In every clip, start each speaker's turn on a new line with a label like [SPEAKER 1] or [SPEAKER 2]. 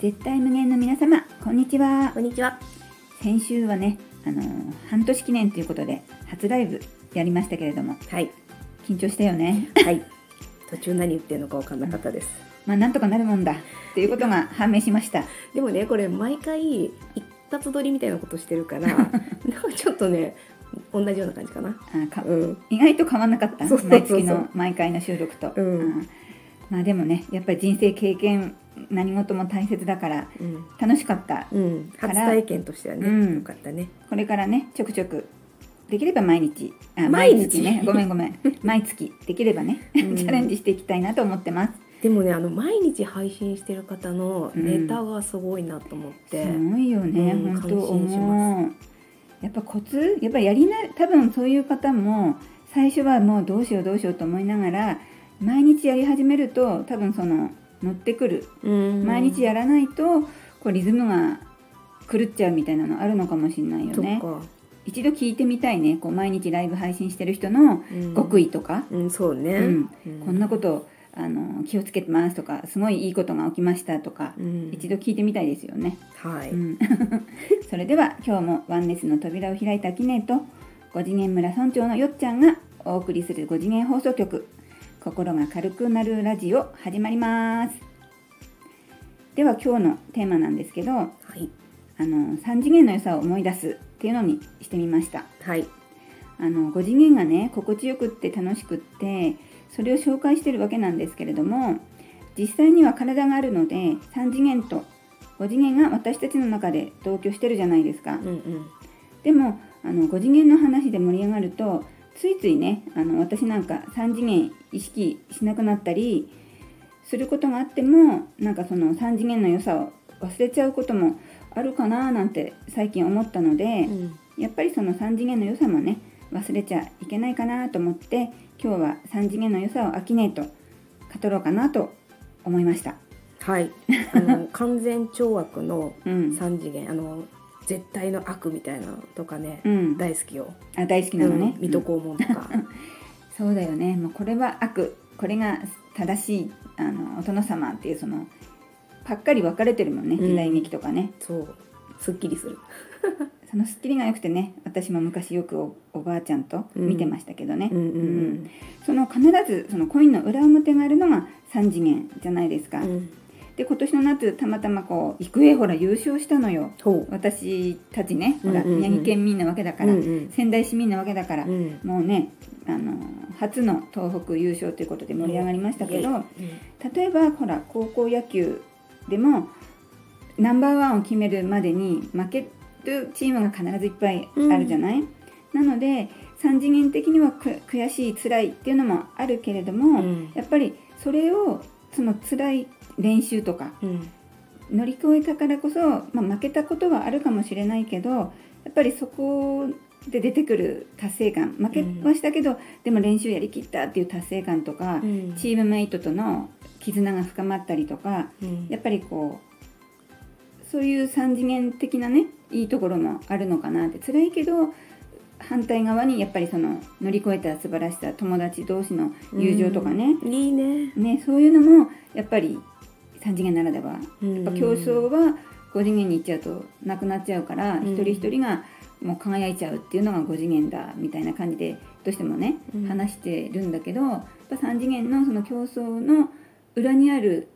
[SPEAKER 1] 絶対無限の皆様こんにちは
[SPEAKER 2] こんにちは。
[SPEAKER 1] 先週はね、あのー半年記念ということで初ライブやりましたけれども
[SPEAKER 2] はい。
[SPEAKER 1] 緊張したよね
[SPEAKER 2] はい。途中何言ってるのか分かんなかったです。
[SPEAKER 1] まあなんとかなるもんだっていうことが判明しました
[SPEAKER 2] でもね、これ毎回一発撮りみたいなことしてる から、なんかちょっとね、同じような感じかな。
[SPEAKER 1] あか
[SPEAKER 2] うん。
[SPEAKER 1] 意外と変わんなかった
[SPEAKER 2] そうそうそう
[SPEAKER 1] 毎月の毎回の収録と、
[SPEAKER 2] うん
[SPEAKER 1] あーまあでもねやっぱり人生経験何事も大切だから
[SPEAKER 2] うん。
[SPEAKER 1] 楽しかった
[SPEAKER 2] うん、
[SPEAKER 1] か
[SPEAKER 2] 初
[SPEAKER 1] ら
[SPEAKER 2] 体験としてはね、
[SPEAKER 1] うん
[SPEAKER 2] よかったね。
[SPEAKER 1] これからねちょくちょくできれば毎日あ
[SPEAKER 2] 毎日
[SPEAKER 1] 月ねごめんごめん毎月できればね、
[SPEAKER 2] うん
[SPEAKER 1] チャレンジしていきたいなと思ってます
[SPEAKER 2] でもね、あの毎日配信してる方のネタがすごいなと思っ
[SPEAKER 1] す
[SPEAKER 2] て。
[SPEAKER 1] ごいよね、
[SPEAKER 2] うん
[SPEAKER 1] 本当
[SPEAKER 2] 感心しま
[SPEAKER 1] 思うやっぱコツやっぱやりな多分そういう方も最初はもうどうしようどうしようと思いながら毎日やり始めると多分その乗ってくる
[SPEAKER 2] うん
[SPEAKER 1] 毎日やらないとこうリズムが狂っちゃうみたいなのあるのかもしれないよ
[SPEAKER 2] と
[SPEAKER 1] ね
[SPEAKER 2] か、
[SPEAKER 1] 一度聞いてみたいねこう毎日ライブ配信してる人の
[SPEAKER 2] うん
[SPEAKER 1] 極意とか、
[SPEAKER 2] うん、そうね。
[SPEAKER 1] うん
[SPEAKER 2] うん
[SPEAKER 1] こんなことあの気をつけてますとかすごいいいことが起きましたとか、
[SPEAKER 2] うん
[SPEAKER 1] 一度聞いてみたいですよね、
[SPEAKER 2] はい、
[SPEAKER 1] うん それでは今日もワンネスの扉を開いたアキネと5次元村村長のよっちゃんがお送りする5次元放送局心が軽くなるラジオ始まりますでは今日のテーマなんですけどあ
[SPEAKER 2] はい、
[SPEAKER 1] の3次元の良さを思い出すっていうのにしてみました
[SPEAKER 2] はい、
[SPEAKER 1] あの5次元がね心地よくって楽しくってそれを紹介してるわけなんですけれども実際には体があるので3次元と5次元が私たちの中で同居してるじゃないですか
[SPEAKER 2] うんうん、
[SPEAKER 1] でもあの5次元の話で盛り上がるとついついねあの私なんか3次元意識しなくなったりすることがあってもなんかその3次元の良さを忘れちゃうこともあるかななんて最近思ったので、
[SPEAKER 2] うん、
[SPEAKER 1] やっぱりその3次元の良さもね忘れちゃいけないかなと思って今日は3次元の良さをアキネーと語ろうかなと思いました。
[SPEAKER 2] はい、 あの完全懲悪の
[SPEAKER 1] うん、
[SPEAKER 2] 三次元、あの絶対の悪みたいなのとかね、
[SPEAKER 1] うん、
[SPEAKER 2] 大好きよ。
[SPEAKER 1] あ大好きなのね
[SPEAKER 2] う、ん水戸黄門とか。
[SPEAKER 1] うんそうだよねもうこれは悪これが正しいあのお殿様っていうそのぱっかり分かれてるもんね
[SPEAKER 2] うん
[SPEAKER 1] 時代劇とかね、
[SPEAKER 2] そう、すっきりする。
[SPEAKER 1] そのスッキリが良くてね私も昔よくおおばあちゃんと見てましたけどね、
[SPEAKER 2] うんうん
[SPEAKER 1] その必ずそのコインの裏表があるのが3次元じゃないですか、
[SPEAKER 2] うん、うん、
[SPEAKER 1] で今年の夏たまたまこう育英ほら優勝したのよ
[SPEAKER 2] ほ
[SPEAKER 1] 私たちねほら、
[SPEAKER 2] うんうんうん
[SPEAKER 1] 宮城県民なわけだか
[SPEAKER 2] う、う
[SPEAKER 1] ら、
[SPEAKER 2] んうん、
[SPEAKER 1] 仙台市民なわけだから、
[SPEAKER 2] うん、
[SPEAKER 1] もうねあの初の東北優勝ということで盛り上がりましたけど、
[SPEAKER 2] うん
[SPEAKER 1] 例えばほら高校野球でもナンバーワンを決めるまでに負けるチームが必ずいっぱいあるじゃない、なので3次元的にはく悔しい辛いっていうのもあるけれども、
[SPEAKER 2] うん
[SPEAKER 1] やっぱりそれをその辛い練習とか
[SPEAKER 2] うん、
[SPEAKER 1] 乗り越えたからこそ、まあ、負けたことはあるかもしれないけどやっぱりそこで出てくる達成感負けはしたけど、でも練習やりきったっていう達成感とか、
[SPEAKER 2] うん、
[SPEAKER 1] チームメイトとの絆が深まったりとか
[SPEAKER 2] うん、
[SPEAKER 1] やっぱりこうそういう三次元的なねいいところもあるのかなって辛いけど反対側にやっぱりその乗り越えた素晴らしさ友達同士の友情とかね,、
[SPEAKER 2] うん。いいね。
[SPEAKER 1] ねそういうのもやっぱり三次元ならでは
[SPEAKER 2] や
[SPEAKER 1] やっぱ競争は5次元に行っちゃうとなくなっちゃうから、
[SPEAKER 2] うん
[SPEAKER 1] 一人一人がもう輝いちゃうっていうのが5次元だみたいな感じでどうしてもね、
[SPEAKER 2] うん
[SPEAKER 1] 話してるんだけどやっぱ3次元のその競争の裏にある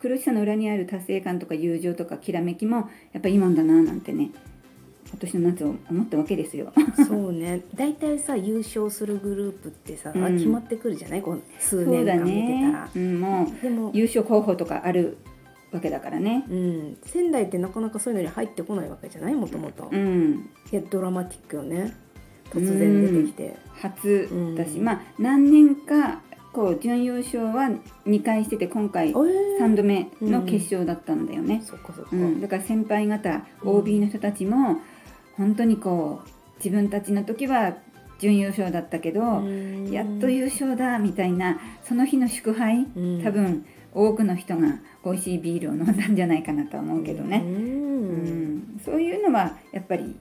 [SPEAKER 1] 苦しさの裏にある達成感とか友情とかきらめきもやっぱいいもんだななんてね今年の夏を思ったわけですよ。
[SPEAKER 2] そうね大体さ優勝するグループってさ、
[SPEAKER 1] うん
[SPEAKER 2] 決まってくるじゃないこう 数
[SPEAKER 1] そう
[SPEAKER 2] 年
[SPEAKER 1] だ
[SPEAKER 2] 間見てた
[SPEAKER 1] ね
[SPEAKER 2] ら、、
[SPEAKER 1] うん、もう
[SPEAKER 2] でも、
[SPEAKER 1] 優勝候補とかあるわけだからね。
[SPEAKER 2] うん、仙台ってなかなかそういうのに入ってこないわけじゃないもともと
[SPEAKER 1] う
[SPEAKER 2] い
[SPEAKER 1] ん
[SPEAKER 2] やドラマティックよね突然出てきて、
[SPEAKER 1] 初だし、
[SPEAKER 2] うん
[SPEAKER 1] まあ何年かこう準優勝は2回してて今回
[SPEAKER 2] あえー
[SPEAKER 1] 3度目の決勝だったんだよね、
[SPEAKER 2] そっかそっか、
[SPEAKER 1] うんだから先輩方 OB の人たちも本当にこう自分たちの時は準優勝だったけど、
[SPEAKER 2] うん
[SPEAKER 1] やっと優勝だみたいなその日の祝杯、
[SPEAKER 2] うん
[SPEAKER 1] 多分多くの人が美味しいビールを飲んだんじゃないかなとは思うけど
[SPEAKER 2] う
[SPEAKER 1] ね、うんんそういうのはやっぱり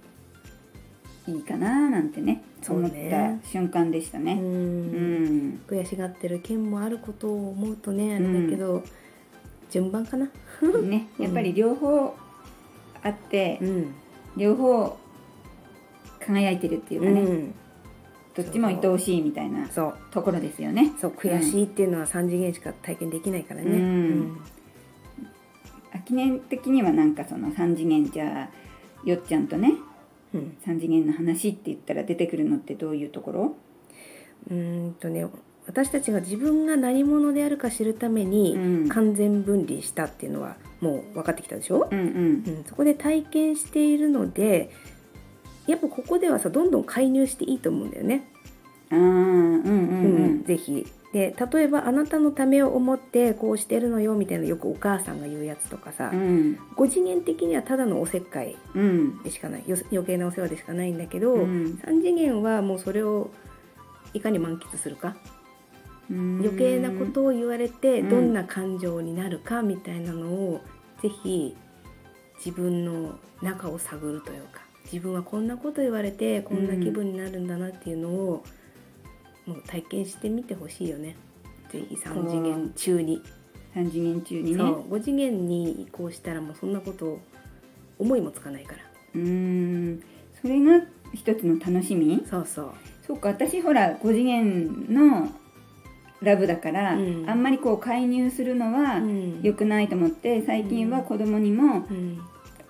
[SPEAKER 1] いいかななんてね
[SPEAKER 2] そう
[SPEAKER 1] 思っ
[SPEAKER 2] ね
[SPEAKER 1] た瞬間でしたね。
[SPEAKER 2] うん
[SPEAKER 1] うん、
[SPEAKER 2] 悔しがってる県もあることを思うとねあれだけど、順番かな
[SPEAKER 1] ね、やっぱり両方あって、
[SPEAKER 2] うん、
[SPEAKER 1] 両方輝いてるっていう
[SPEAKER 2] う
[SPEAKER 1] かね、
[SPEAKER 2] ん、
[SPEAKER 1] どっちも愛おしいみたいな
[SPEAKER 2] そう
[SPEAKER 1] ところですよね
[SPEAKER 2] そう悔しいっていうのは3次元しか体験できないからね、
[SPEAKER 1] うん秋年的にはなんかその3次元じゃあよっちゃんとね
[SPEAKER 2] うんうん
[SPEAKER 1] 3次元の話って言ったら出てくるのってどういうところ、
[SPEAKER 2] うーんとね私たちが自分が何者であるか知るために
[SPEAKER 1] うん
[SPEAKER 2] 完全分離したっていうのはもう分かってきたでしょ、
[SPEAKER 1] うんうん
[SPEAKER 2] うん、そこで体験しているのでやっぱここではさどんどん介入していいと思うんだよね、
[SPEAKER 1] あーうんうん
[SPEAKER 2] う
[SPEAKER 1] うん
[SPEAKER 2] ん、ぜひで例えばあなたのためを思ってこうしてるのよみたいなよくお母さんが言うやつとかさ、
[SPEAKER 1] うん
[SPEAKER 2] 5次元的にはただのおせっかい
[SPEAKER 1] うん
[SPEAKER 2] でしかないよ余計なお世話でしかないんだけど、
[SPEAKER 1] うん
[SPEAKER 2] 3次元はもうそれをいかに満喫するか
[SPEAKER 1] うん
[SPEAKER 2] 余計なことを言われて
[SPEAKER 1] うん
[SPEAKER 2] どんな感情になるかみたいなのを、ぜひ自分の中を探るというか自分はこんなこと言われてこんな気分になるんだなっていうのを、もう体験してみてほしいよねぜひ3次元中に、
[SPEAKER 1] 3次元中に
[SPEAKER 2] そ
[SPEAKER 1] ね
[SPEAKER 2] う5次元に移行したらもうそんなこと思いもつかないから
[SPEAKER 1] うんそれが一つの楽しみ
[SPEAKER 2] そうそう
[SPEAKER 1] そうか私ほら5次元のラブだから、
[SPEAKER 2] うん
[SPEAKER 1] あんまりこう介入するのは
[SPEAKER 2] うん
[SPEAKER 1] 良くないと思って最近は子供にも、
[SPEAKER 2] うん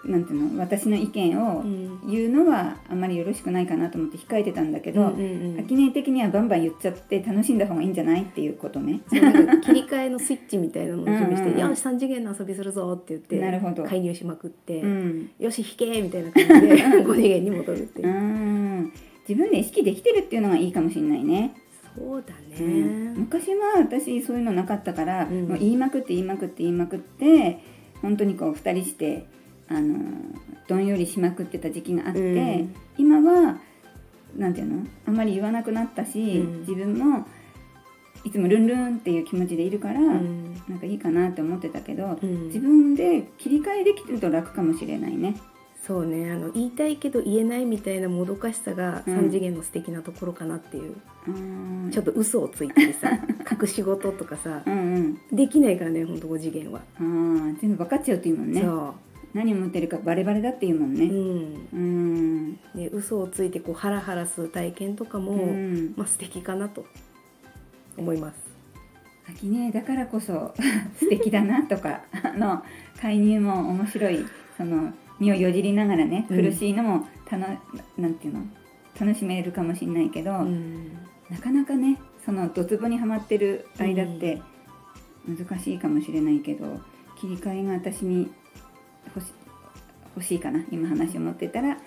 [SPEAKER 1] なんていうの私の意見
[SPEAKER 2] う
[SPEAKER 1] を
[SPEAKER 2] ん
[SPEAKER 1] 言うのはあんまりよろしくないかなと思って控えてたんだけ
[SPEAKER 2] う
[SPEAKER 1] ど、
[SPEAKER 2] んうんうん
[SPEAKER 1] 秋音的にはバンバン言っちゃって楽しんだ方がいいんじゃないっていうことね。
[SPEAKER 2] そうなんか切り替えのスイッチみたいなのを準備して「
[SPEAKER 1] うんうんうん
[SPEAKER 2] よし3次元の遊びするぞ」って言って
[SPEAKER 1] なるほど
[SPEAKER 2] 介入しまくって「
[SPEAKER 1] うん、
[SPEAKER 2] よし引け!」みたいな感じで5次元に戻るっていうう、
[SPEAKER 1] ん自分で意識できてるっていうのがいいかもしれないね。
[SPEAKER 2] そうだね、
[SPEAKER 1] うん昔は私そういうのなかったから、
[SPEAKER 2] うん
[SPEAKER 1] もう言いまくって言いまくって言いまくって本当にこう2人してあのどんよりしまくってた時期があって、
[SPEAKER 2] うん
[SPEAKER 1] 今はなんていうのあんまり言わなくなったし、
[SPEAKER 2] うん
[SPEAKER 1] 自分もいつもルンルンっていう気持ちでいるから、
[SPEAKER 2] うん
[SPEAKER 1] なんかいいかなって思ってたけど、
[SPEAKER 2] うん
[SPEAKER 1] 自分で切り替えできてると楽かもしれないね。
[SPEAKER 2] そうねあの言いたいけど言えないみたいなもどかしさが
[SPEAKER 1] うん
[SPEAKER 2] 3次元の素敵なところかなっていう、
[SPEAKER 1] うん
[SPEAKER 2] ちょっと嘘をついたり さ隠し事とかさ
[SPEAKER 1] うん
[SPEAKER 2] できないからねほんと5次元は、
[SPEAKER 1] うん、あー全部分かっちゃうっていうもんね
[SPEAKER 2] そ
[SPEAKER 1] 何を持ってるかバレバレだっていうもんね
[SPEAKER 2] う、うん
[SPEAKER 1] うん、
[SPEAKER 2] ね、嘘をついてこうハラハラする体験とかも、
[SPEAKER 1] うん、
[SPEAKER 2] まあ素敵かなと思います。
[SPEAKER 1] 秋ねだからこそ 素敵だなとかあの介入も面白いその身をよじりながらね
[SPEAKER 2] うん
[SPEAKER 1] 苦しいのもたの、なんていうの楽しめるかもしれないけど、
[SPEAKER 2] うん
[SPEAKER 1] なかなかねそのドツボにはまってる間って難しいかもしれないけど、切り替えが私に欲し欲しいかな今話を持ってたら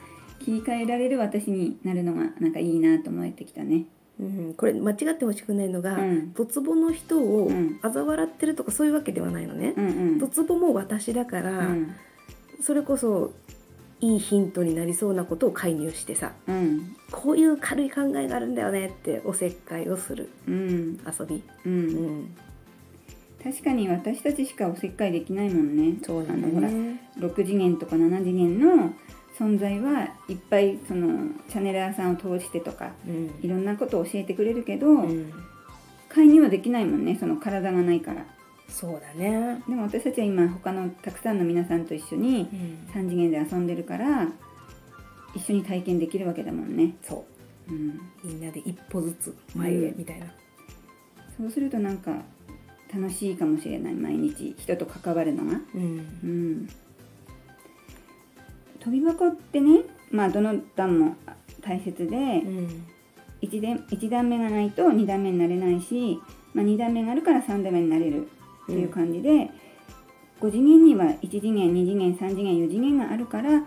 [SPEAKER 1] 切り替えられる私になるのがなんかいいなと思えてきたね。
[SPEAKER 2] うん、これ間違ってほしくないのが、
[SPEAKER 1] うん
[SPEAKER 2] ドツボの人を
[SPEAKER 1] うん
[SPEAKER 2] 嘲笑ってるとかそういうわけではないのね、
[SPEAKER 1] うんうん
[SPEAKER 2] ドツボも私だか
[SPEAKER 1] う
[SPEAKER 2] ら、
[SPEAKER 1] ん
[SPEAKER 2] それこそいいヒントになりそうなことを介入してさ
[SPEAKER 1] うん
[SPEAKER 2] こういう軽い考えがあるんだよねっておせっかいをする
[SPEAKER 1] うん
[SPEAKER 2] 遊び、
[SPEAKER 1] う、
[SPEAKER 2] うんん、
[SPEAKER 1] 確かに私たちしかおせっかいできないもんね
[SPEAKER 2] そうな
[SPEAKER 1] あ
[SPEAKER 2] んだ
[SPEAKER 1] のほら
[SPEAKER 2] よね
[SPEAKER 1] 6次元とか7次元の存在はいっぱいそのチャネラーさんを通してとか
[SPEAKER 2] うん
[SPEAKER 1] いろんなことを教えてくれるけど、
[SPEAKER 2] うん
[SPEAKER 1] 介入はできないもんねその体がないから
[SPEAKER 2] そうだね、
[SPEAKER 1] でも私たちは今他のたくさんの皆さんと一緒に3次元で遊んでるから一緒に体験できるわけだもんね、
[SPEAKER 2] そ
[SPEAKER 1] うん、
[SPEAKER 2] うみんなで一歩ずつ前へ
[SPEAKER 1] うん
[SPEAKER 2] みたいな、
[SPEAKER 1] そうするとなんか楽しいかもしれない毎日人と関わるのが。
[SPEAKER 2] うん
[SPEAKER 1] うん、飛び箱ってね、まあ、どの段も大切で
[SPEAKER 2] うん
[SPEAKER 1] 1段 ,1 段目がないと2段目になれないし、まあ、2段目があるから3段目になれるっていう感じで、5次元には1次元2次元3次元4次元があるから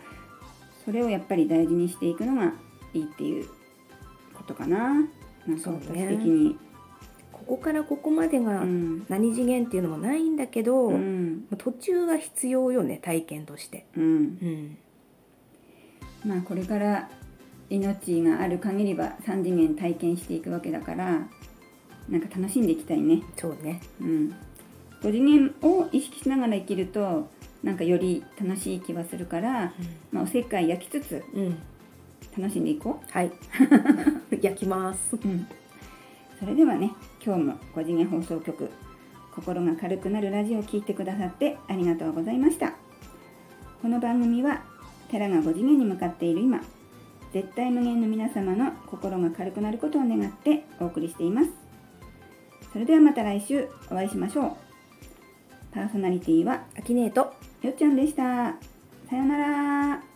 [SPEAKER 1] それをやっぱり大事にしていくのがいいっていうことかな。なんか
[SPEAKER 2] そうね
[SPEAKER 1] 私的に。
[SPEAKER 2] ここからここまでが
[SPEAKER 1] うん
[SPEAKER 2] 何次元っていうのもないんだけど、
[SPEAKER 1] うん
[SPEAKER 2] 途中が必要よね体験として、
[SPEAKER 1] うん
[SPEAKER 2] うん、
[SPEAKER 1] まあこれから命がある限りは3次元体験していくわけだからなんか楽しんでいきたいね、
[SPEAKER 2] そうね
[SPEAKER 1] うん、5次元を意識しながら生きるとなんかより楽しい気はするから、まあ、おせっかい焼きつつ
[SPEAKER 2] うん、
[SPEAKER 1] 楽しんでいこ
[SPEAKER 2] はい 焼きます
[SPEAKER 1] う、うん、それではね今日も5次元放送局心が軽くなるラジオを聴いてくださってありがとうございましたこの番組は寺が5次元に向かっている今絶対無限の皆様の心が軽くなることを願ってお送りしていますそれではまた来週お会いしましょうパーソナリティは
[SPEAKER 2] アキネート
[SPEAKER 1] よっちゃんでしたさようなら